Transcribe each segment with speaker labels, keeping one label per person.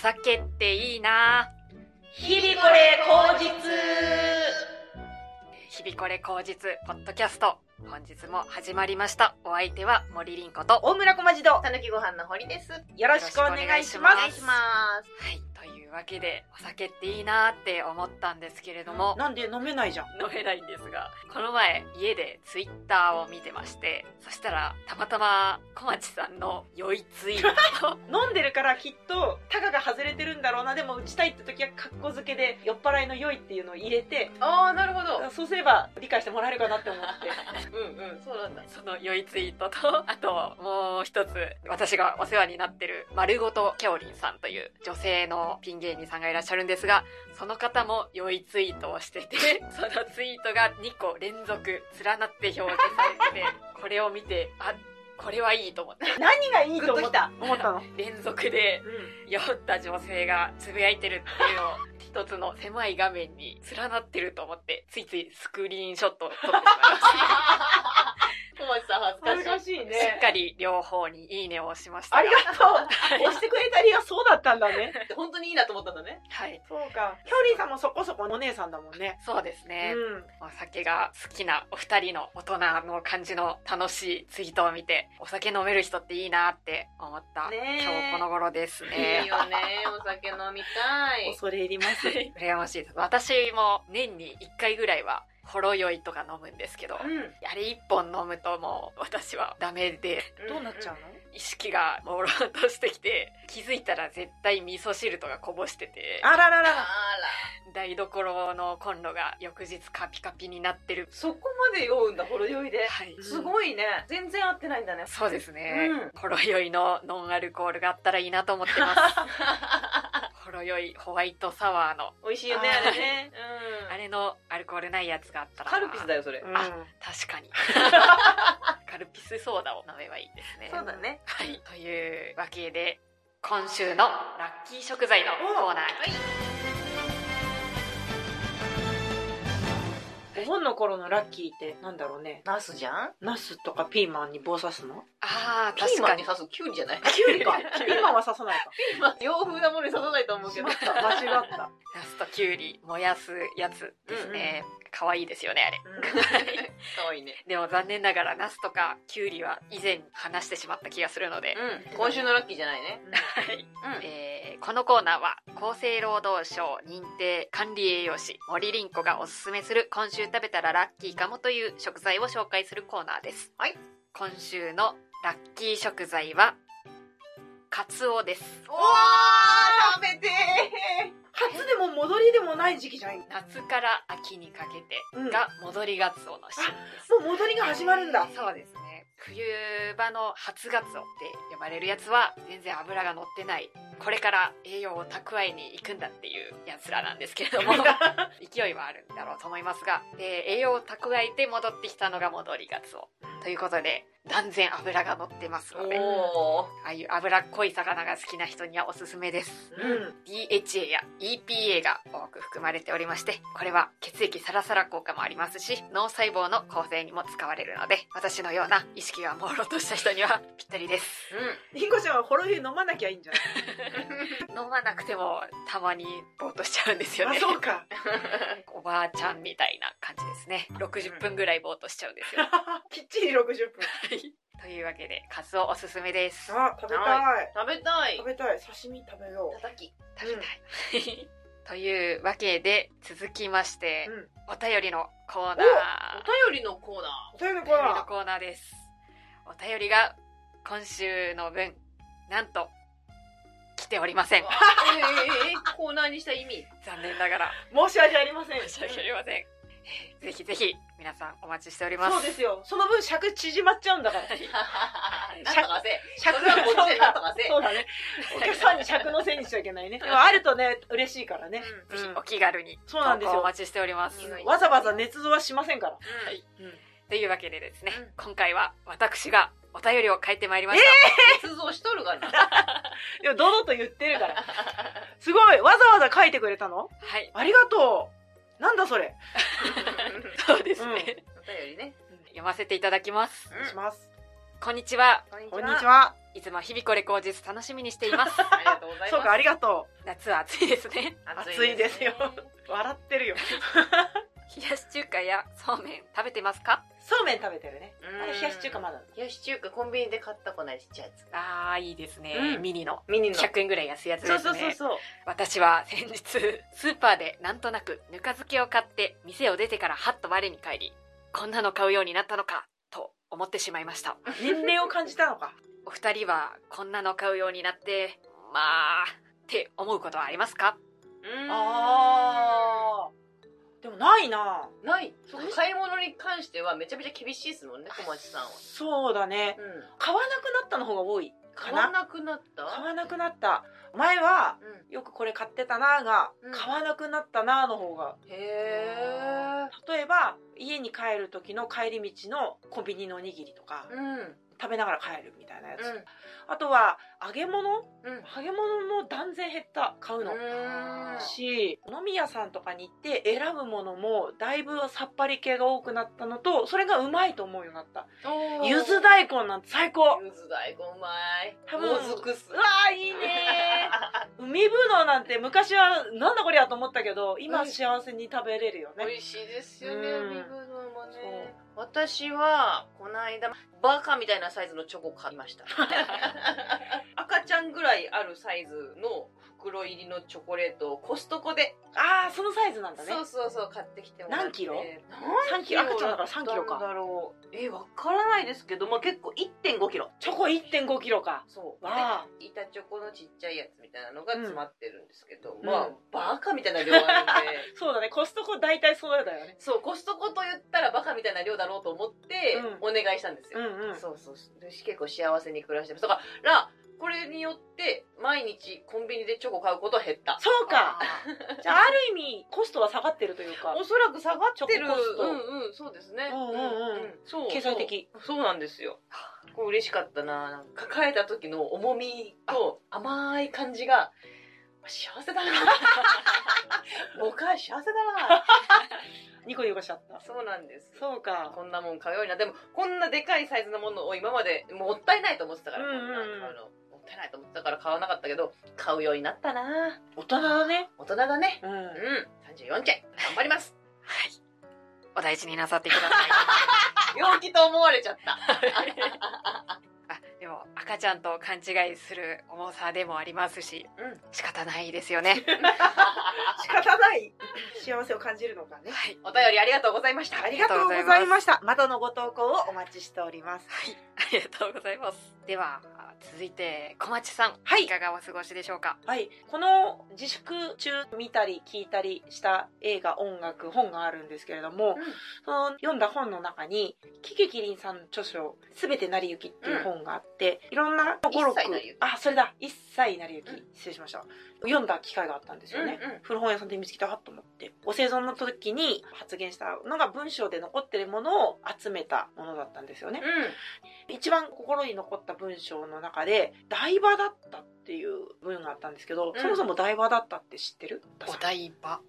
Speaker 1: 酒っていいな
Speaker 2: 日々これ口
Speaker 1: 日
Speaker 2: 実
Speaker 1: 々これ口実ポッドキャスト本日も始まりましたお相手は森凛子とは
Speaker 2: 大村小町堂たぬきご飯の堀ですよろしくお願いします
Speaker 1: お願いしいというわけでお酒っていいなって思ったんですけれども
Speaker 2: なんで飲めないじゃん
Speaker 1: 飲めないんですがこの前家でツイッターを見てましてそしたらたまたま小町さんの酔いツイート
Speaker 2: 飲んでるからきっとタガが外れてるんだろうなでも打ちたいって時は格好付けで酔っ払いの良いっていうのを入れて
Speaker 3: ああなるほど
Speaker 2: そうすれば理解してもらえるかなって思って
Speaker 3: うんうんそうなんだ
Speaker 1: その酔いツイートと あともう一つ私がお世話になってる丸ごとケオリンさんという女性のピン芸人さんがいらっしゃるんですがその方も酔いツイートをして てそのツイートが2個連続連なって表示されててこれを見てあこれはいいと思って
Speaker 2: 何がいいと
Speaker 3: グ
Speaker 2: 思
Speaker 3: ッと
Speaker 2: っ
Speaker 3: き
Speaker 2: た
Speaker 3: た
Speaker 2: 思ったの、
Speaker 1: 連続で酔った女性がつぶやいてるっていうのを一つの狭い画面に連なってると思ってついついスクリーンショットを撮ってしまいま
Speaker 3: 小町さん恥ずかしい
Speaker 2: しい
Speaker 1: したしっかり両方に「いいね」を押しました
Speaker 2: あ
Speaker 1: が
Speaker 2: りがとう押してくれたりがそうだったんだね
Speaker 3: 本当にいいなと思ったんだね
Speaker 1: はい
Speaker 2: そうかひょうりんさんもそこそこお姉さんだもんね
Speaker 1: そうです
Speaker 2: う
Speaker 1: ね、
Speaker 2: ん
Speaker 1: お酒が好きなお二人の大人の感じの楽しいツイートを見てお酒飲める人っていいなって思った、
Speaker 2: ねえ
Speaker 1: 今日この頃ですね
Speaker 3: いいよねお酒飲みたい
Speaker 2: 恐れ入ります
Speaker 1: 羨ましいです私も年に1回ぐらいはほろ酔いとか飲むんですけど、
Speaker 3: うん
Speaker 1: あれ一本飲むともう私はダメで
Speaker 2: どうなっちゃうの
Speaker 1: 意識が朦朧としてきて気づいたら絶対味噌汁とかこぼしてて
Speaker 2: あらら
Speaker 3: あ
Speaker 2: らら
Speaker 3: ら
Speaker 1: 台所のコンロが翌日カピカピになってる
Speaker 3: そこまで酔うんだほろ酔いで
Speaker 1: はい
Speaker 3: すごいね全然合ってないん だね
Speaker 1: そうですね
Speaker 3: うん
Speaker 1: ほろ酔いのノンアルコールがあったらいいなと思ってます ほろ酔いホワイトサワーの
Speaker 3: 美味しいよね
Speaker 2: あー
Speaker 3: あれねうん
Speaker 1: あれのアルコールないやつがあったら
Speaker 3: カルピスだよそれ
Speaker 2: うん
Speaker 1: 確 かにカルピスソーダを飲めばいいですね
Speaker 3: そうだね
Speaker 1: はい、というわけで今週のラッキー食材のコーナーに
Speaker 2: お盆の頃のラッキーってなんだろうね
Speaker 3: ナスじゃん
Speaker 2: ナスとかピーマンに棒刺すの
Speaker 1: ああ
Speaker 3: ピー
Speaker 1: 確
Speaker 3: マ
Speaker 1: か
Speaker 3: ン
Speaker 1: に
Speaker 3: に刺すキュウリじゃない
Speaker 2: キュウリか ピーマンは刺さないか
Speaker 3: ピーマン洋風なものに刺さないと思うけ
Speaker 2: し
Speaker 3: ど
Speaker 2: まった間違った
Speaker 1: ナスとキュウリ燃やすやつですね可愛、いですよねあれ
Speaker 3: 可愛いね
Speaker 1: でも残念ながらナスとかキュウリは以前話してしまった気がするので、
Speaker 3: うん今週のラッキーじゃないね
Speaker 1: はい
Speaker 3: うん
Speaker 1: えーこのコーナーは厚生労働省認定管理栄養士森凛子がおすすめする今週食べたらラッキーかもという食材を紹介するコーナーです、
Speaker 3: はい、
Speaker 1: 今週のラッキー食材はカツオです
Speaker 3: おー食べてー
Speaker 2: 初でも戻りでもない時期じゃんも
Speaker 1: 夏から秋にかけて
Speaker 2: うん
Speaker 1: が戻りガツオの旬です、
Speaker 2: う戻りが始まるんだ
Speaker 1: そうですね冬場の初ガツオって呼ばれるやつは全然脂が乗ってないこれから栄養を蓄えに行くんだっていうやつらなんですけれど も勢いはあるんだろうと思いますが、えー栄養を蓄えて戻ってきたのが戻りガツオということで断然脂が乗ってますので
Speaker 3: おー
Speaker 1: ああいう脂っこい魚が好きな人にはおすすめです
Speaker 2: うん、
Speaker 1: DHA や EPA が多く含まれておりましてこれは血液サラサラ効果もありますし脳細胞の構成にも使われるので私のような意識が朦朧とした人にはぴったりです
Speaker 2: りんごちゃんはほろ酔い飲まなきゃいいんじゃない
Speaker 1: 飲まなくてもたまにぼーっとしちゃうんですよね
Speaker 2: あそう か
Speaker 1: おばあちゃんみたいな感じですね60分ぐらいぼーっとしちゃうんですよ
Speaker 2: きっちり60分
Speaker 1: というわけでカツオおすすめです
Speaker 2: あ食べたい、
Speaker 3: 食べたい
Speaker 2: 食べたい刺身食べよう
Speaker 3: 叩き
Speaker 1: 食べたい というわけで続きまして、
Speaker 2: うん
Speaker 1: お便りのコーナー
Speaker 3: お便りのコーナ
Speaker 2: お便りの
Speaker 1: お
Speaker 2: コー
Speaker 1: 便り
Speaker 2: ナ
Speaker 1: の
Speaker 2: ー
Speaker 1: コーナーですお便りが今週の分なんと来ておりませ
Speaker 3: ー
Speaker 1: ん
Speaker 3: うわ えーえーコーナーにした意味
Speaker 1: 残念ながら
Speaker 2: 申し訳ありません
Speaker 1: 申し訳ありませんえーぜひぜひ皆さんお待ちしております
Speaker 2: そうですよその分尺縮まっちゃうんだ から
Speaker 3: なんとかせ
Speaker 2: 尺
Speaker 3: それはこっちでなんとかせ
Speaker 2: そうだねお客さんに尺のせいにしちゃいけ ないねでもあるとね嬉しいからね、
Speaker 1: ぜひ
Speaker 2: うん
Speaker 1: お気軽に
Speaker 2: そうなんですよ
Speaker 1: 投稿お待ちしております
Speaker 3: お願いしま
Speaker 2: わざわざ捏造はしませんから
Speaker 3: はい
Speaker 1: というわけでですね、
Speaker 3: うん
Speaker 1: 今回は私がお便りを書いてまいりました、
Speaker 3: 捏造しとるがな
Speaker 2: いや堂々と言ってるからすごいわざわざ書いてくれたの
Speaker 1: はい
Speaker 2: ありがとうなんだそれ
Speaker 1: そうですね、
Speaker 3: お便りね
Speaker 1: 読ませていただきます
Speaker 2: お願いします
Speaker 1: こんにちは。
Speaker 3: こんに
Speaker 2: こんにちは。
Speaker 1: いつも日々これ口実楽しみにしてい ます。
Speaker 3: ありがとうございます。
Speaker 2: そうか、ありがと
Speaker 1: 夏は暑いですね。
Speaker 2: 暑いですよう。笑ってるよ。
Speaker 1: 冷やし中華やそうめん食べてますか
Speaker 2: そうめん食べてるね。
Speaker 3: うん
Speaker 2: あれ冷やし中華まだ。
Speaker 3: 冷やし中華コンビニで買ったこないちっちゃいやつ。
Speaker 1: ああ、いいですね、
Speaker 3: うん
Speaker 1: ミニの。
Speaker 3: ミニの。
Speaker 1: 100円ぐらい安いやつです
Speaker 2: そ
Speaker 1: ね。
Speaker 2: うそうそうそう。
Speaker 1: 私は先日、スーパーでなんとなくぬか漬けを買って、店を出てからはっと我に返り、こんなの買うようになったのか、と思ってしまいました。
Speaker 2: 年齢を感じたのか。
Speaker 1: お二人はこんなの買うようになって、まあ、って思うことはありますか
Speaker 3: あ
Speaker 2: ああ。でもないな。
Speaker 3: ーない。
Speaker 2: そうか
Speaker 3: 買い物に関してはめちゃめちゃ厳しいですもんね、小町さんは。
Speaker 2: そうだね。
Speaker 3: うん。
Speaker 2: 買わなくなったの方が多いか
Speaker 3: 買わ
Speaker 2: な。
Speaker 3: なくなった
Speaker 2: 買わなくなった。前は、
Speaker 3: うん。
Speaker 2: よくこれ買ってたなーが、
Speaker 3: うん
Speaker 2: 買わなくなったなーの方が。
Speaker 3: へ
Speaker 2: 例えば、家に帰る時の帰り道のコンビニのおにぎりとか
Speaker 3: え。、うん。うん。
Speaker 2: 食べながら帰るみたいなやつ。あとは、揚げ物
Speaker 3: うん。
Speaker 2: 揚げ物も断然減った買うの
Speaker 3: うーん
Speaker 2: し飲み屋さんとかに行って選ぶものもだいぶさっぱり系が多くなったのとそれがうまいと思うようになった
Speaker 3: おー
Speaker 2: ゆず大根なんて最高
Speaker 3: ゆず大根うまい。
Speaker 2: 多分
Speaker 3: もずくす
Speaker 2: う。わーいいね 海ぶどうなんて昔はなんだこりゃと思ったけど今幸せに食べれるよね
Speaker 3: 美味しいですよね、
Speaker 2: うん
Speaker 3: 海ぶどうもね。私は、この間、バカみたいなサイズのチョコ買いま した。赤ちゃんぐらいあるサイズの袋入りのチョコレートをコストコで、
Speaker 2: ああそのサイズなんだね
Speaker 3: そうそうそう、買ってきてもらって。
Speaker 2: 何キロ
Speaker 3: 何
Speaker 2: 3キロ赤ちゃんだから3キロ
Speaker 3: だった
Speaker 2: か
Speaker 3: んだろう。え、わからないですけど、まあ結構1.5キロ。
Speaker 2: チョコ1 5キロか
Speaker 3: そう。
Speaker 2: わあ
Speaker 3: 板チョコのちっちゃいやつみたいなのが詰まってるんですけど、
Speaker 2: ん
Speaker 3: まあバカみたいな量あるんで
Speaker 2: そうだねコストコ大体そうだよね
Speaker 3: そうコストコと言ったらバカみたいな量だろうと思ってお願いしたんです
Speaker 2: う
Speaker 3: よ、
Speaker 2: んうん
Speaker 3: そうそうそう私結構幸せに暮らしてますだからこれによって毎日コンビニでチョコ買うことは減った
Speaker 2: そうか
Speaker 1: あー
Speaker 2: じゃあある意味コストは下がってるというか
Speaker 3: おそらく下がってる
Speaker 2: チョココスト
Speaker 3: うんうんそうですね
Speaker 2: うんうんうん
Speaker 3: そう
Speaker 2: 経済的
Speaker 3: そうそうなんですよこう嬉しかったななんか抱えた時の重みと甘い感じが幸せだな 僕は幸せだな
Speaker 2: ニコニコしちゃった
Speaker 3: そうなんです
Speaker 2: そうか
Speaker 3: こんなもん買うようになでもこんなでかいサイズのものを今までもったいないと思ってたから、
Speaker 2: うんうん
Speaker 3: こんな買うのもったいないと思ってたから買わなかったけど買うようになったな
Speaker 2: 大人だね
Speaker 3: 大人だね
Speaker 2: うん
Speaker 3: うん34件頑張ります
Speaker 1: お大事になさってくだ さい。
Speaker 3: 病気と思われちゃった
Speaker 1: あでも赤ちゃんと勘違いする重さでもありますし、
Speaker 3: うん
Speaker 1: 仕方ないですよ ね。
Speaker 2: 仕方ない幸せを感じるのかね
Speaker 1: はい。
Speaker 3: お便りありがとうございました
Speaker 2: ありがとうございましたまたのご投稿をお待ちしております
Speaker 1: はい、ありがとうございます。では、続いて、小町さん。
Speaker 2: はい
Speaker 1: いかがお過ごしでしょうか
Speaker 2: はいこの自粛中見たり聞いたりした映画音楽本があるんですけれども、
Speaker 3: うん
Speaker 2: その読んだ本の中にキキキリンさんの著書「すべてなりゆき」っていう本があって、いろんな語録
Speaker 3: 一切なりゆき
Speaker 2: あそれだ一切なりゆき、
Speaker 3: うん
Speaker 2: 失礼しました読んだ機会があったんですよね、
Speaker 3: うんうん
Speaker 2: 古本屋さんで見つけたと思ってご生存の時に発言したのが文章で残ってるものを集めたものだったんですよね、一番心に残った文章の中で「台場だった」っていう文があったんですけど、
Speaker 3: うん
Speaker 2: そもそも台場だったって知ってる
Speaker 1: お台場。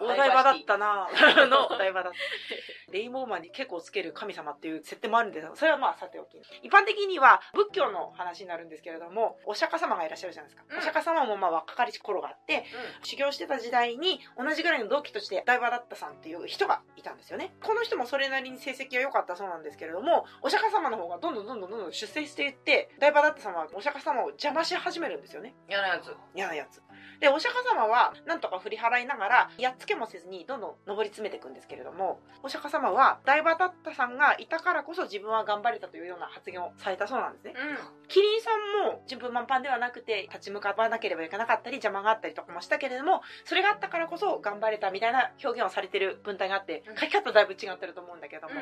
Speaker 2: お
Speaker 1: お
Speaker 2: 台場だったなの お台場だったレインボーマンに結構つける神様っていう設定もあるんですがそれはまあさておき一般的には仏教の話になるんですけれどもお釈迦様がいらっしゃるじゃないですか、
Speaker 3: うん
Speaker 2: お釈迦様もまあ若かりし頃があって修行してた時代に同じぐらいの同期としてダイバーだったさんっていう人がいたんですよねこの人もそれなりに成績は良かったそうなんですけれどもお釈迦様の方がどんどんどんどんどんどん出世していってダイバーだったさんはお釈迦様を邪魔し始めるんですよね
Speaker 3: 嫌なやつ
Speaker 2: 嫌なやつでお釈迦様はなんとか振り払いながらやっつけもせずにどんどん上り詰めていくんですけれどもお釈迦様はダイバーだったさんがいたからこそ自分は頑張れたというような発言をされたそうなんですねキリンさんも自分満帆ではなくて立ち向かわなければいけなかったり邪魔があったりとかもしたけれどもそれがあったからこそ頑張れたみたいな表現をされてる文体があって
Speaker 3: うん
Speaker 2: 書き方だいぶ違ってると思うんだけども、
Speaker 3: う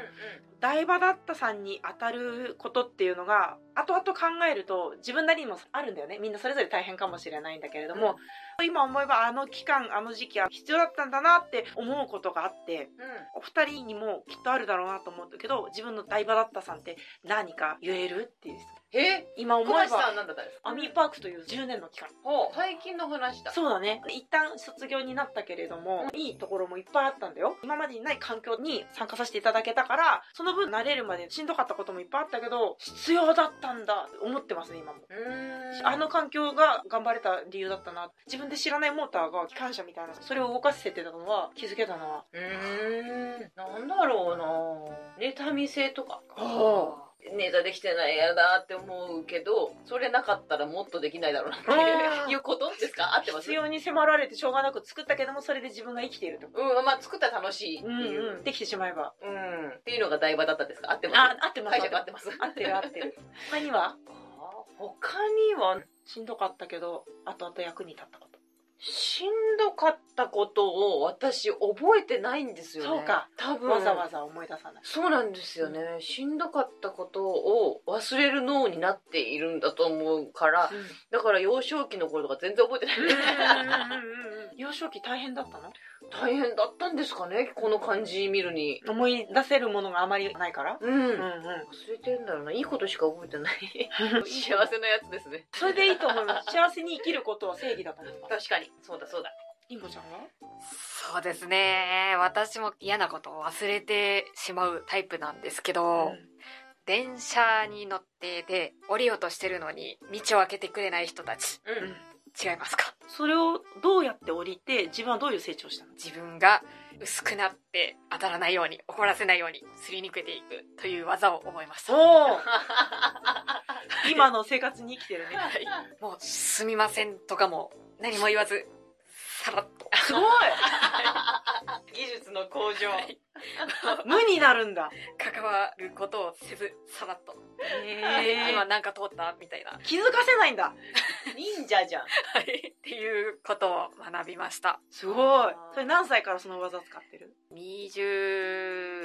Speaker 2: 台場だったさんに当たることっていうのが後々考えると自分なりにもあるんだよねみんなそれぞれ大変かもしれないんだけれども、今思えばあの期間あの時期は必要だったんだなって思うことがあってお二人にもきっとあるだろうなと思うけど自分の大場だったさんって何か言えるっていう
Speaker 3: え
Speaker 2: 今思
Speaker 3: 小
Speaker 2: え
Speaker 3: 林さ
Speaker 2: ば
Speaker 3: んなんだったんですか
Speaker 2: アミーパークという10年の期間
Speaker 3: ほう最近の話だ
Speaker 2: そうだね一旦卒業になったけれどもいいところもいっぱいあったんだよ今までにない環境に参加させていただけたからその分慣れるまでしんどかったこともいっぱいあったけど必要だったんだって思ってますね今も
Speaker 3: うーん
Speaker 2: あの環境が頑張れた理由だったな自分で知らないモーターが機関車みたいなそれを動かせてたのは気づけたな
Speaker 3: うーんなんだろうな妬み性とか
Speaker 2: あ
Speaker 3: ネタできてないやだって思うけどそれなかったらもっとできないだろうなって
Speaker 2: あー
Speaker 3: いういうことですか合ってます
Speaker 2: 必要に迫られてしょうがなく作ったけどもそれで自分が生きていると
Speaker 3: うんまあ作ったら楽しいって
Speaker 2: う
Speaker 3: い
Speaker 2: ん、うん、
Speaker 3: う
Speaker 2: できてしまえば
Speaker 3: うん、っていうのが台場だったんですか合ってます
Speaker 2: あ合ってます
Speaker 3: 解釈合ってます
Speaker 2: 合ってる合 ってる他には
Speaker 3: あー他には
Speaker 2: しんどかったけど後々役に立ったこと
Speaker 3: しんどかったことを私覚えてないんですよね
Speaker 2: そうか
Speaker 3: 多分
Speaker 2: わざわざ思い出さない。
Speaker 3: そうなんですよね、しんどかったことを忘れる脳になっているんだと思うからだから幼少期の頃とか全然覚えてない、
Speaker 2: 幼少期大変だったの
Speaker 3: 大変だったんですかねこの感じ見るに
Speaker 2: 思い出せるものがあまりないから。
Speaker 3: うん、
Speaker 2: うんう
Speaker 3: 忘
Speaker 2: ん。
Speaker 3: れてるんだろうないいことしか覚えてない 幸せなやつですね
Speaker 2: それでいいと思い ます。幸せに生きることは正義だと思います。
Speaker 3: 確かにそうだそうだ
Speaker 2: りんごちゃんは
Speaker 1: そうですね。私も嫌なことを忘れてしまうタイプなんですけど、電車に乗ってで降りようとしてるのに道を開けてくれない人たち。
Speaker 3: うん
Speaker 1: 違いますか
Speaker 2: それをどうやって降りて自分はどういう成長したの
Speaker 1: 自分が薄くなって当たらないように怒らせないようにすり抜けていくという技を覚えました
Speaker 2: おお 今の生活に生きてるね。
Speaker 1: もう「すみません」とかも何も言わずさらっと
Speaker 2: すごい
Speaker 3: 技術の向上
Speaker 2: 無になるんだ。
Speaker 1: 関わることをせずさらっと
Speaker 2: へ
Speaker 1: 今なんか通ったみたいな、
Speaker 2: 気づかせないんだ。
Speaker 3: 忍者じゃん
Speaker 1: はい、っていうことを学びました
Speaker 2: すごい。それ何歳からその技使ってる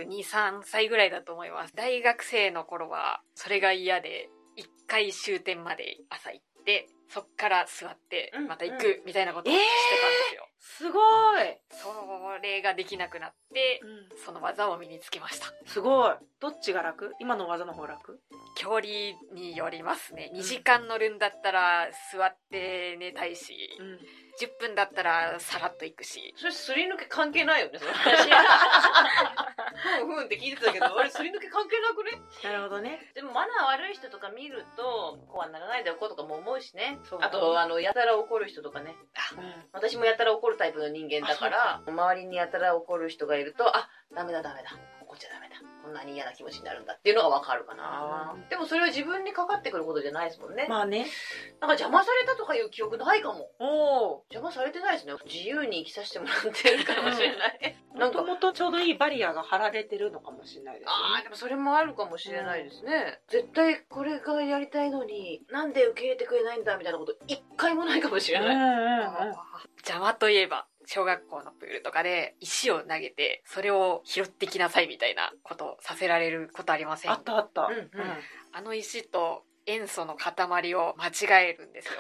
Speaker 1: 223歳ぐらいだと思います大学生の頃はそれが嫌で1回終点まで朝行ってそっから座って
Speaker 3: うん
Speaker 1: また行くみたいなことをしてたんですよ、
Speaker 2: すごい。
Speaker 1: それができなくなって
Speaker 2: うん
Speaker 1: その技を身につけました
Speaker 2: すごい。どっちが楽今の技の方楽
Speaker 1: 距離によりますね2時間乗るんだったら座って寝たいし
Speaker 2: うん。
Speaker 1: 10分だったらさらっと行くし
Speaker 3: それすり抜け関係ない よねその話ふんふんって聞いてたけどあれすり抜け関係なくね
Speaker 2: なるほどね。
Speaker 3: でもマナー悪い人とか見るとこうはならないでおこうとかも思うしね
Speaker 2: そうだ
Speaker 3: あ
Speaker 2: ね
Speaker 3: とあのやたら怒る人とかね私もやたら怒るタイプの人間だから周りにやたら怒る人がいるとあダメだダメだ怒っちゃダメだこんなに嫌な気持ちになるんだっていうのがわかるかな、
Speaker 2: うん
Speaker 3: でもそれは自分にかかってくることじゃないですもんね、
Speaker 2: まあね。
Speaker 3: なんか邪魔されたとかいう記憶ないかも
Speaker 2: おお。
Speaker 3: 邪魔されてないですね自由に生きさせてもらってるかもしれない、な
Speaker 2: も
Speaker 3: ん
Speaker 2: と
Speaker 3: か
Speaker 2: もとちょうどいいバリアが張られてるのかもしれないです
Speaker 3: あーでもそれもあるかもしれないですね、絶対これがやりたいのになんで受け入れてくれないんだみたいなこと一回もないかもしれ
Speaker 2: よね。
Speaker 3: ない、
Speaker 2: うんうん
Speaker 1: 邪魔といえば小学校のプールとかで石を投げてそれを拾ってきなさいみたいなことをさせられることありません
Speaker 2: あ
Speaker 1: あ
Speaker 2: ったあった。
Speaker 3: うんうん
Speaker 1: の石と塩素の塊を間違えるんです よ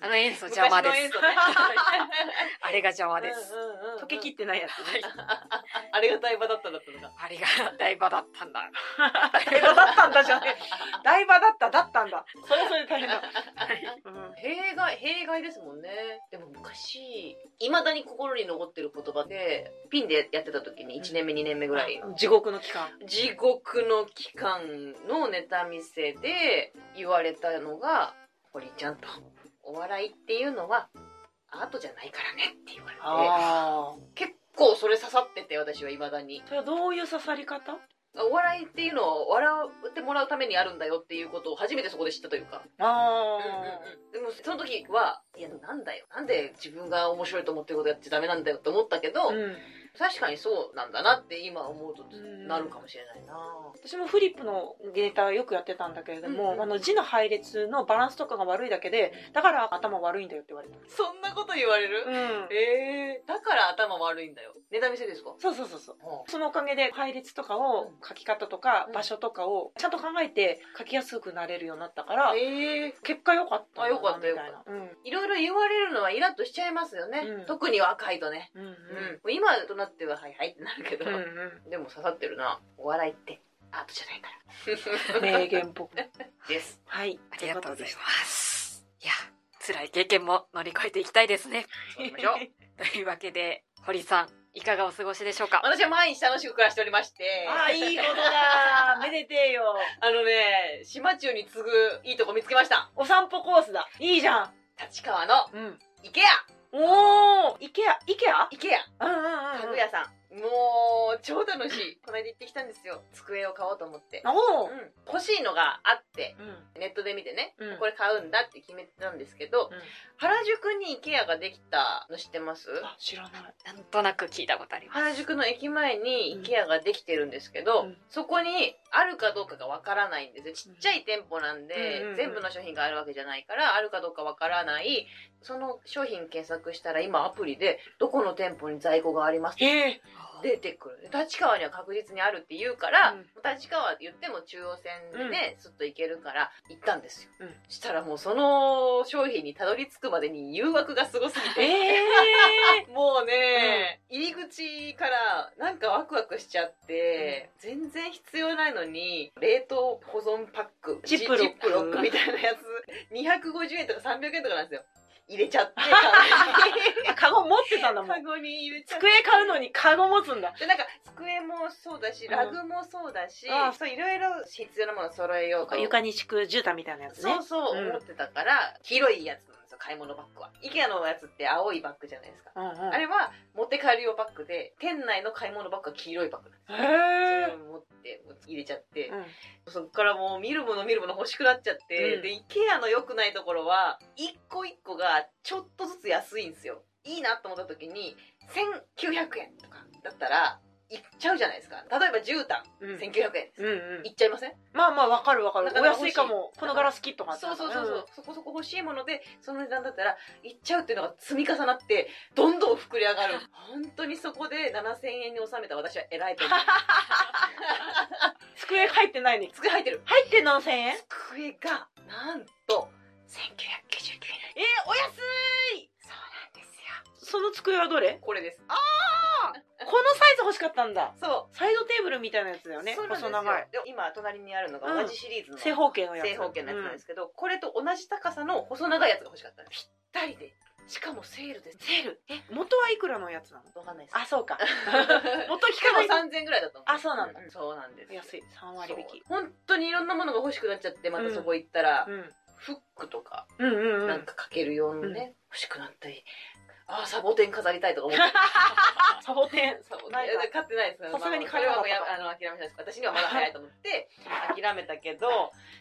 Speaker 1: あの塩素
Speaker 3: 昔
Speaker 1: 邪魔です
Speaker 3: の映 像ね
Speaker 1: あれが邪 魔です、
Speaker 3: うんうんうんうん
Speaker 2: 溶けきってないやつね。
Speaker 3: あれが台場だったんだったのか
Speaker 1: あれが台場だったんだ
Speaker 2: 台場だったんだじゃねえ。台場だった、だったんだ。それはそれで大変だ。うん
Speaker 3: 弊害弊害ですもんねでも昔いまだに心に残ってる言葉でピンでやってた時に1年目2年目ぐらいの
Speaker 2: 地獄の期間。
Speaker 3: 地獄の期間のネタ見せで言われたのが「堀ちゃん」と「お笑いっていうのはアートじゃないからね」って言われ
Speaker 2: ああ。
Speaker 3: て結構それ刺さってて私はいまだに
Speaker 2: それはどういう刺さり方
Speaker 3: お笑いっていうのは笑ってもらうためにあるんだよっていうことを初めてそこで知ったというか
Speaker 2: あ
Speaker 3: でもその時はいやなんだよなんで自分が面白いと思ってることやっちゃダメなんだよって思ったけど、
Speaker 2: うん。
Speaker 3: 確かにそうなんだなって今思うと
Speaker 2: うん
Speaker 3: なるかもしれないな、
Speaker 2: 私もフリップのデータよくやってたんだけれども、
Speaker 3: うんうん
Speaker 2: あの字の配列のバランスとかが悪いだけでだから頭悪いんだよって言われた、
Speaker 3: そんなこと言われる、
Speaker 2: うん、
Speaker 3: ええだから頭悪いんだよネタ見せですか、
Speaker 2: そうそうそうそうそのおかげで配列とかを書き方とか
Speaker 3: うん
Speaker 2: 場所とかをちゃんと考えて書きやすくなれるようになったから、
Speaker 3: ええ
Speaker 2: 結果良かったんだな
Speaker 3: あ良かった
Speaker 2: みたいなうん
Speaker 3: いろいろ言われるのはイラッとしちゃいますよね、
Speaker 2: うん
Speaker 3: 特に若いとね、
Speaker 2: うん
Speaker 3: うんもう今となってははいはいってなるけど、
Speaker 2: うんうん
Speaker 3: でも刺さってるなお笑いってアートじゃないから
Speaker 2: うん名言っ ぽく
Speaker 3: です
Speaker 2: はい
Speaker 1: ありがとうござい
Speaker 2: と
Speaker 1: ます。いや、辛い経験も乗り越えていきたいですね。
Speaker 3: そう
Speaker 2: い
Speaker 3: し
Speaker 2: う
Speaker 3: ま
Speaker 2: こ
Speaker 3: しょう
Speaker 2: とで
Speaker 1: というわけで、堀さん、いかがお過ごしでしょうか
Speaker 3: 私は毎日楽しく暮らしておりまして
Speaker 2: あーいいことだめでてえよ
Speaker 3: あのね島中に次ぐいいとこ見つけました
Speaker 2: お散歩コースだいいじゃん
Speaker 3: 立川の
Speaker 2: うん
Speaker 3: 池屋
Speaker 2: おおイケアイケア
Speaker 3: 池屋
Speaker 2: うんうん
Speaker 3: 家
Speaker 2: うんう
Speaker 3: 具
Speaker 2: ん
Speaker 3: 屋さん、もう超楽しいこの間行ってきたんですよ机を買おうと思って、
Speaker 2: お
Speaker 3: う
Speaker 2: ー
Speaker 3: ん、欲しいのがあって
Speaker 2: うん
Speaker 3: ネットで見てね、
Speaker 2: うん
Speaker 3: これ買うんだって決めてたんですけ
Speaker 2: う
Speaker 3: ど、
Speaker 2: ん
Speaker 3: 原宿に IKEA ができたの知ってます
Speaker 2: あ知らない
Speaker 1: なんとなく聞いたことあります。
Speaker 3: 原宿の駅前に
Speaker 2: うん
Speaker 3: IKEA ができてるんですけど、
Speaker 2: うん
Speaker 3: そこにあるかどうかがわからないんですよちっちゃい店舗なんで、
Speaker 2: うんうんうん
Speaker 3: 全部の商品があるわけじゃないからあるかどうかわからないその商品検索したら今アプリでどこの店舗に在庫があります
Speaker 2: へえ
Speaker 3: 出てくる立川には確実にあるって言うから、
Speaker 2: うん
Speaker 3: 立川って言っても中央線でスッと行けるから行ったんですよ、
Speaker 2: うん
Speaker 3: したらもうその商品にたどり着くまでに誘惑がすごすぎて、
Speaker 2: ええ
Speaker 3: もうね、入り口からなんかワクワクしちゃって、全然必要ないのに冷凍保存パック
Speaker 2: ジップロック
Speaker 3: みたいなやつ250円とか300円とかなんですよ入れ ちゃって
Speaker 2: あカゴ持ってたんだも
Speaker 3: カ
Speaker 2: ん
Speaker 3: ゴに入れちゃって
Speaker 2: 机買うのにカゴ持つんだ
Speaker 3: でなんか机もそうだし
Speaker 2: うん
Speaker 3: ラグもそうだし、
Speaker 2: ああ
Speaker 3: そういろいろ必要なものを揃えようと
Speaker 2: 床に敷く絨毯みたいなやつね
Speaker 3: そうそ
Speaker 2: う
Speaker 3: う
Speaker 2: ん
Speaker 3: 思ってたから、広いやつなんですよ買い物バッグは IKEA のやつって青いバッグじゃないですか、
Speaker 2: うんうん
Speaker 3: あれは持って帰る用バッグで店内の買い物バッグは黄色いバッグなんですよ
Speaker 2: へ
Speaker 3: それを持って入れちゃって
Speaker 2: え、、
Speaker 3: そっからもう見るもの見るもの欲しくなっちゃって、
Speaker 2: うん
Speaker 3: で IKEA の良くないところは一個一個がちょっとずつ安いんですよいいなと思った時に1900円とかだったら行っちゃうじゃないですか例えば絨毯
Speaker 2: うんうん
Speaker 3: 1900円です、
Speaker 2: うんうん
Speaker 3: 行っちゃいません
Speaker 2: まあまあわかるわかる
Speaker 3: なか
Speaker 2: お
Speaker 3: なか欲
Speaker 2: 安
Speaker 3: しい
Speaker 2: いかもこのガラスキットがあった
Speaker 3: そ
Speaker 2: ら
Speaker 3: うそうそうそう、そこそこ欲しいものでその値段だったら行っちゃうっていうのが積み重なってどんどん膨れ上 がる本当にそこで7000円に収めた私は偉 いと思う
Speaker 2: 机入ってないのに
Speaker 3: 机入ってる
Speaker 2: 入って何千円
Speaker 3: 机がなんと1999
Speaker 2: え
Speaker 3: 円
Speaker 2: ー、お安い
Speaker 3: そうなんです
Speaker 2: そ
Speaker 3: よ
Speaker 2: の机はどれ
Speaker 3: これです
Speaker 2: このサイズ欲しかったんだ
Speaker 3: そう
Speaker 2: サイドテーブルみたいなやつだよね
Speaker 3: そうなんです
Speaker 2: 細
Speaker 3: よ
Speaker 2: 長い
Speaker 3: で今隣にあるのが同じシリーズの
Speaker 2: 正方形のやつ
Speaker 3: 正方形のやつなんですけど、これと同じ高さの細長いやつが欲しかったんですぴったりでしかもセールですセールえ
Speaker 2: うん元はいくらのやつなの
Speaker 3: わかんないです
Speaker 2: あ そうか
Speaker 3: し
Speaker 2: 元聞
Speaker 3: か
Speaker 2: か
Speaker 3: も
Speaker 2: ない
Speaker 3: 3000円ぐらいだと思う
Speaker 2: あそうなんだ
Speaker 3: うそうなんです
Speaker 2: 安い3
Speaker 3: 割
Speaker 2: 割引き
Speaker 3: 本当にいろんなものが欲しくなっちゃってまたそこ行ったら、
Speaker 2: うん
Speaker 3: フックとか
Speaker 2: うんうんう
Speaker 3: なん
Speaker 2: ん
Speaker 3: かかける用のね、
Speaker 2: うん
Speaker 3: 欲しくなったりああサボテン飾りたい とか思って
Speaker 2: サボテン
Speaker 3: サボテン
Speaker 2: ないいか
Speaker 3: や買ってないです
Speaker 2: さすがに買
Speaker 3: 買
Speaker 2: えなかった
Speaker 3: はもうやあの諦めました私にはまだ早いと思って 諦めたけど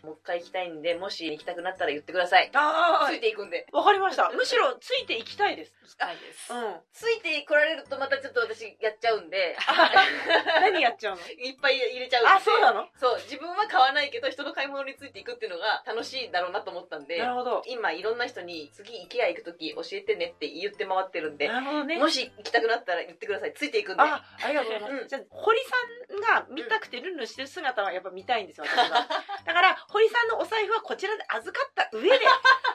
Speaker 3: もう一回行きたいんでもし行きたくなったら言ってください
Speaker 2: あ
Speaker 3: ついていくんで
Speaker 2: あわかりましたむしろついていきたいです
Speaker 1: 聞きたいです。
Speaker 2: ん
Speaker 3: ついてこられるとまたちょっと私やっちゃうん で
Speaker 2: 何やっちゃうの
Speaker 3: いっぱい入れちゃうんで
Speaker 2: あそうなの
Speaker 3: そう自分は買わないけど人の買い物についていくっていうのが楽しいだろうなと思ったんで
Speaker 2: なるほど
Speaker 3: 今いろんな人に次 IKEA 行く時教えてねって言って回ってるんで、
Speaker 2: なるほどね
Speaker 3: もし行きたくなったら言ってくださいついていくんで
Speaker 2: あありがとうございます、
Speaker 3: うん
Speaker 2: じゃあ堀さんが見たくてルンルンしてる姿はやっぱ見たいん ですよ私はだから堀さんのお財布はこちらで預かった 上で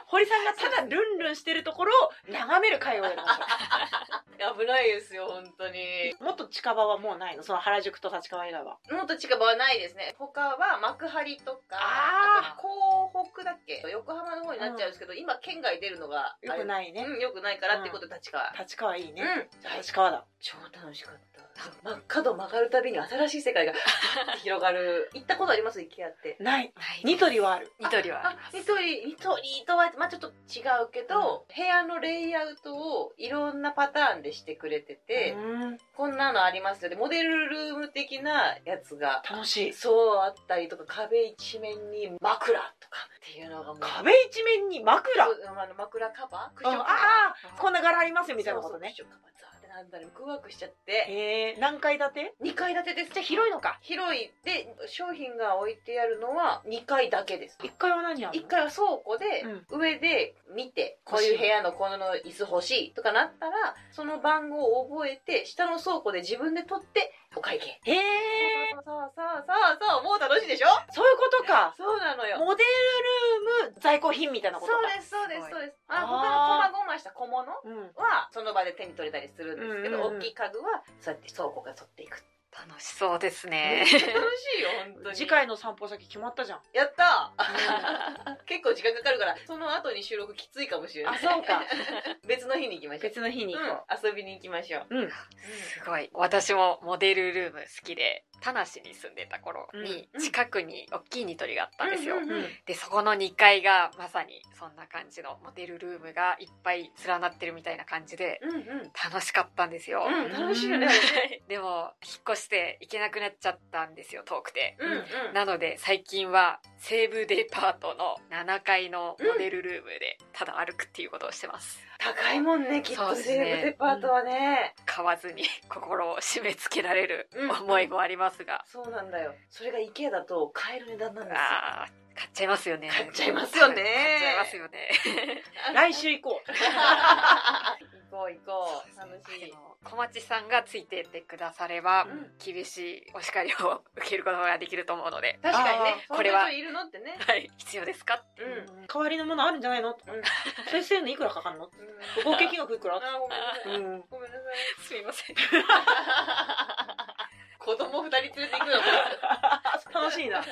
Speaker 2: 堀さんがただルンルンしてるところを眺める会をやりましょ
Speaker 3: 危ないですよ本当に
Speaker 2: うもっと近場はもうないのその原宿と立川以外は
Speaker 3: もっと近場はないですね他は幕張とか
Speaker 2: あー
Speaker 3: あと港北だっけ横浜の方になっちゃうんですけど、今県外出るのが
Speaker 2: よく
Speaker 3: い
Speaker 2: ないね、
Speaker 3: うん、よくないからってことで立川
Speaker 2: 立川いいね、
Speaker 3: うん
Speaker 2: じゃあ立川だ
Speaker 3: 超楽しかったま角曲がるたびに新しい世界が広がる 行ったことあります IKEA って
Speaker 2: ない
Speaker 1: はい
Speaker 2: ニトリはある
Speaker 1: ニトリはあ
Speaker 3: あ
Speaker 1: ります
Speaker 3: ニトリニトリとは、まあ、ちょっと違うけど、部屋のレイアウトをいろんなパターンでしてくれてて、
Speaker 2: うん
Speaker 3: こんなのありますよでモデルルーム的なやつが
Speaker 2: 楽しい
Speaker 3: そうあったりとか壁一面に枕とかっていうのがもう
Speaker 2: 壁一面に枕
Speaker 3: そうあの枕カバークッションカバ
Speaker 2: あ
Speaker 3: ー
Speaker 2: あこんな柄ありますよみたいなことね
Speaker 3: そうそうクッションカバーザーってなんだねワクワクしちゃって
Speaker 2: へえ何階建て
Speaker 3: 2階建てです
Speaker 2: じゃあ広いのか
Speaker 3: 広いで商品が置いてあるのは2階だけです
Speaker 2: 1階は何やる
Speaker 3: 1
Speaker 2: の
Speaker 3: 階は倉庫で、上で見てこういう部屋のこの椅子欲しいとかなったらその番号を覚えて下の倉庫で自分で取ってお会計
Speaker 2: へえ
Speaker 3: さあさあさあさあもう楽しいでしょ
Speaker 2: そういうことか
Speaker 3: そうなのよ
Speaker 2: モデルルーム在庫品みたいな
Speaker 3: そ
Speaker 2: こ
Speaker 3: う
Speaker 2: とか
Speaker 3: ですそうです
Speaker 1: す
Speaker 3: そ
Speaker 1: ご
Speaker 3: うです
Speaker 2: あ
Speaker 3: あ
Speaker 2: ー
Speaker 3: 他の細々した小物
Speaker 2: うん
Speaker 3: はその場で手に取れたりするんですけど、
Speaker 2: うんうんうん
Speaker 3: 大きい家具はそうやって倉庫から取っていく
Speaker 1: 楽しそうですね
Speaker 3: 楽しいよ本当に
Speaker 2: 次回の散歩先決まったじゃん
Speaker 3: やったー 結構時間かかるからその後に収録きついかもしれない
Speaker 2: あそうか
Speaker 3: 別の日に行きましょう
Speaker 2: 別の日に行こう
Speaker 3: うん遊びに行きましょう
Speaker 2: うん
Speaker 1: すごい私もモデルルーム好きで田無に住んでた頃に
Speaker 3: うん
Speaker 1: 近くに大きいニトリがあったんですよ、
Speaker 3: うんうんうん
Speaker 1: でそこの2階がまさにそんな感じのモデルルームがいっぱい連なってるみたいな感じで
Speaker 3: うん
Speaker 1: 楽しかったんですよ、
Speaker 3: うんうん楽しいよね
Speaker 1: でも引っ越して行けなくなっちゃったんですよ遠くて、
Speaker 3: うんうん
Speaker 1: なので最近は西武デパートの7階のモデルルームでただ歩くっていうことをしてます、
Speaker 3: 高いもんねきっ
Speaker 1: そ
Speaker 3: と
Speaker 1: うですね
Speaker 3: 西武デパートはね
Speaker 1: 買わずに 心を締め付けられる
Speaker 3: うん
Speaker 1: 思いもありますが、
Speaker 3: そうなんだよそれが IKEA だと買える値段なんですよ
Speaker 1: ああ買っちゃいますよね
Speaker 3: 買っちゃいますよね
Speaker 1: 買っちゃいますよね
Speaker 2: 来週行こう
Speaker 3: 行こう行こう楽しい
Speaker 1: でも小町さんがついてってくだされば、
Speaker 3: うん
Speaker 1: 厳しいお叱りを受けることができると思うので、
Speaker 3: 確かにね
Speaker 2: あー
Speaker 3: そんな
Speaker 1: これは
Speaker 3: 人いるのってね
Speaker 1: はい、必要ですか
Speaker 3: うんうん
Speaker 2: 代わりのものあるんじゃないの
Speaker 3: うん
Speaker 2: 先生のいくらかかるの合計金額いくら
Speaker 3: あごめんなさい
Speaker 2: うん
Speaker 3: ごめんなさい
Speaker 1: すみません
Speaker 3: 子供二人連れて行くの
Speaker 2: 楽しいな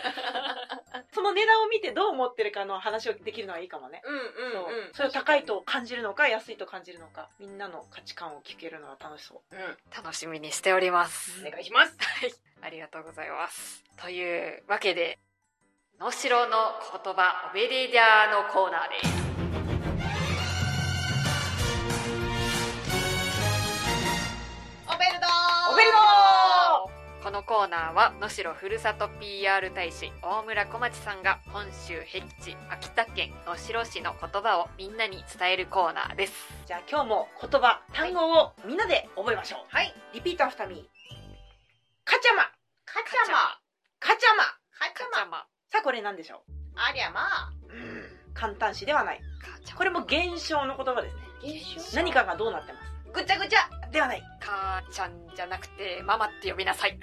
Speaker 2: その値段を見てどう思ってるかの話をできるのはいいかもね
Speaker 3: うん
Speaker 2: そう
Speaker 3: うんうん
Speaker 2: それを高いと感じるのか安いと感じるのかみんなの価値観を聞けるのは楽しそう
Speaker 3: うん
Speaker 1: 楽しみにしております、
Speaker 3: お願いします
Speaker 1: はい、ありがとうございますというわけで「のしろの言葉オベリディア」のコーナーです
Speaker 3: オベルド
Speaker 2: お弁
Speaker 1: このコーナーは能代ふるさと PR 大使大村小町さんが本州僻地秋田県能代市の言葉をみんなに伝えるコーナーです
Speaker 2: じゃあ今日も言葉単語をみんなで覚えましょう
Speaker 3: はい
Speaker 2: リピートアフターミーカチャマ
Speaker 3: カ
Speaker 1: チャマ
Speaker 2: カチャマ
Speaker 3: カチ
Speaker 1: かち
Speaker 3: ャマ
Speaker 1: ゃま
Speaker 2: さあこれ何でしょ
Speaker 3: ありゃまあ
Speaker 2: う簡単詞ではない
Speaker 1: かちゃま
Speaker 2: これも現象の言葉ですね
Speaker 3: 現象
Speaker 2: 何かがどうなってま
Speaker 3: ぐちゃぐちゃ
Speaker 2: すではない
Speaker 1: 母ちゃんじゃなくてママって呼びなさい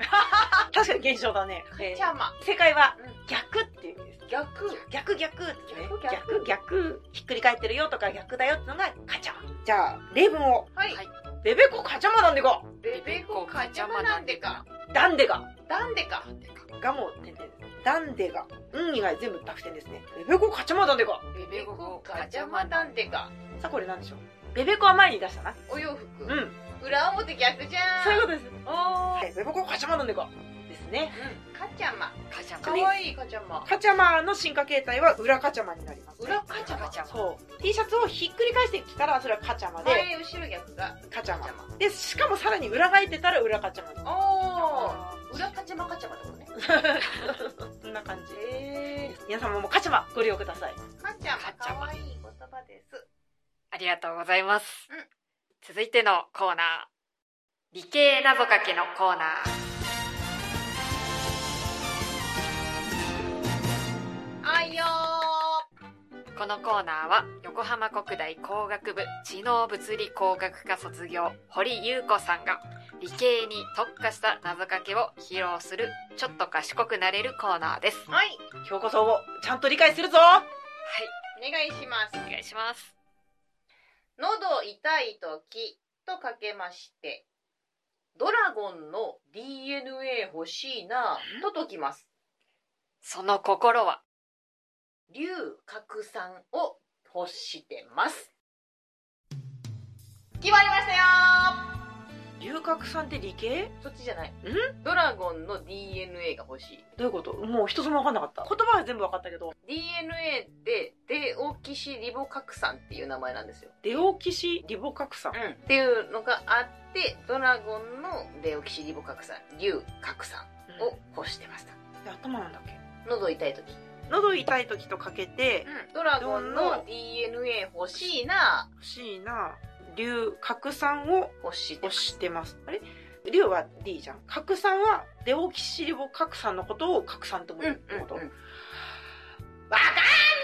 Speaker 2: 確かに現象だね、
Speaker 3: カ
Speaker 2: え
Speaker 3: チャマ
Speaker 2: ー正解は
Speaker 3: うん
Speaker 2: 逆っていう意味です
Speaker 3: 逆
Speaker 2: 逆逆ってね
Speaker 3: 逆
Speaker 2: 逆逆ひっくり返ってるよとか逆だよってのがカチャマじゃあ例文を
Speaker 3: はい
Speaker 1: はい
Speaker 2: ベベコカチャマなんでか
Speaker 3: ベベコカチャマなんでか
Speaker 2: ダンデガ
Speaker 3: なんでか
Speaker 2: がもう点々ダンデガうん以外全部濁点ですねベベコカチャマダンデガ
Speaker 3: ベベコカチャマなんでか
Speaker 2: さあこれなんでしょうベベコは前に出したな
Speaker 3: お洋
Speaker 2: う
Speaker 3: 服
Speaker 2: ん
Speaker 3: 裏表逆じゃん
Speaker 2: そういうことです
Speaker 3: おー
Speaker 2: はいベベコカチャマダンデガですね
Speaker 3: うんカチャマ
Speaker 1: かちゃま
Speaker 3: かわいいカチャマ
Speaker 2: カチャマの進化形態は裏カチャマになりますね
Speaker 3: 裏カチャマ
Speaker 1: かちゃま
Speaker 2: そう T シャツをひっくり返してきたらそれはカチャマで
Speaker 3: 前後ろ逆が
Speaker 2: カチャマ
Speaker 3: カチャ
Speaker 2: でしかもさらに裏返ってたら裏カチャマです
Speaker 3: おー裏カチャマカチャマってことね
Speaker 2: こんな感じ
Speaker 3: へ
Speaker 2: です皆様もカチャマご利用ください
Speaker 3: カチャマ
Speaker 1: カチャマ
Speaker 3: 可愛い言葉です。
Speaker 1: ありがとうございます、
Speaker 3: うん
Speaker 1: 続いてのコーナー理系謎かけのコーナ
Speaker 3: あいよ
Speaker 1: ーこのコーナーは横浜国大工学部知能物理工学科卒業堀裕子さんが理系に特化した謎かけを披露するちょっと賢くなれるコーナーです
Speaker 3: ー。はい、
Speaker 2: 今日こそちゃんと理解するぞ
Speaker 1: はい
Speaker 3: お願いします。
Speaker 1: お願いします
Speaker 3: 喉痛い時とかけまして、ドラゴンの DNA 欲しいなと解きます。
Speaker 1: その心は
Speaker 3: 龍角散を欲してます。決まりましたよ
Speaker 2: 龍角さんって理系
Speaker 3: ーそっちじゃない。
Speaker 2: ん
Speaker 3: ドラゴンの DNA が欲しい。
Speaker 2: どういうこともう一つも分かんなかった言葉は全部分かったけど
Speaker 3: DNA ってデオキシリボ核酸っていう名前なんですよ。
Speaker 2: デオキシリボ核酸
Speaker 3: っていうのがあってドラゴンのデオキシリボ核酸竜核酸を欲してました
Speaker 2: で頭なんだっけ
Speaker 3: 喉痛い時、
Speaker 2: 喉痛い時とかけて
Speaker 3: ドラゴンの DNA 欲しいな
Speaker 2: 欲しいな竜角酸を
Speaker 3: 欲しい
Speaker 2: 押してますあれ竜は D じゃん角酸はデオキシリボ角酸のことを角酸とも
Speaker 3: うんう
Speaker 2: 言
Speaker 3: ん
Speaker 2: うってこと、
Speaker 3: うんでも
Speaker 2: わかん
Speaker 3: 決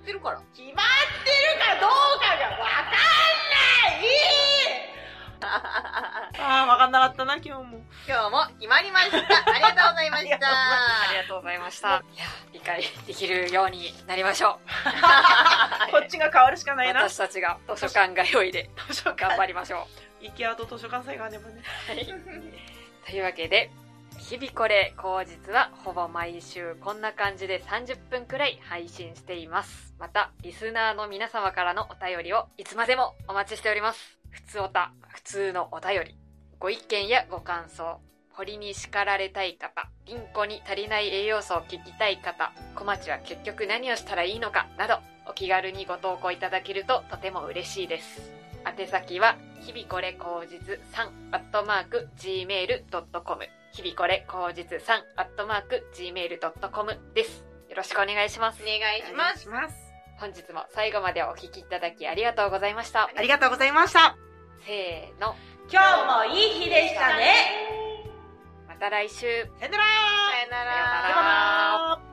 Speaker 2: ない
Speaker 3: ってるから
Speaker 2: 決まってるかどうかがわかんないああわかんなかったな今日も
Speaker 3: 今日も決まりましたありがとうございまし
Speaker 1: ありがとうございました。いや、理解できるようになりましょ
Speaker 3: た
Speaker 2: こっちが変わるしか
Speaker 1: う。
Speaker 2: ないな
Speaker 1: 私たちが図書館が良いで
Speaker 2: 図書
Speaker 1: 頑
Speaker 2: 館
Speaker 1: 張りましょ
Speaker 2: イケアと図書館さえがあればね
Speaker 1: う。というわけで、日々これ後日はほぼ毎週こんな感じで30分くらい配信しています。また、リスナーの皆様からのお便りをいつまでもお待ちしております。普通おた、普通のお便り。ご意見やご感想、堀に叱られたい方、リンコに足りない栄養素を聞きたい方、小町は結局何をしたらいいのかなど、お気軽にご投稿いただけるととても嬉しいです。宛先は、日々これ口実3、アットマーク、gmail.com。日々これ口実3、アットマーク、gmail.com です。よろしくお願いします
Speaker 3: お。願いします
Speaker 2: します
Speaker 1: 本日も最後までお聞きいただきありがとうございました。
Speaker 2: ありがとうございました
Speaker 1: せーの、
Speaker 2: 今日もいい日でしたね
Speaker 1: また来週。
Speaker 2: さよなら
Speaker 3: さ
Speaker 1: さ
Speaker 3: よな
Speaker 1: よなら
Speaker 3: ら
Speaker 2: さよなら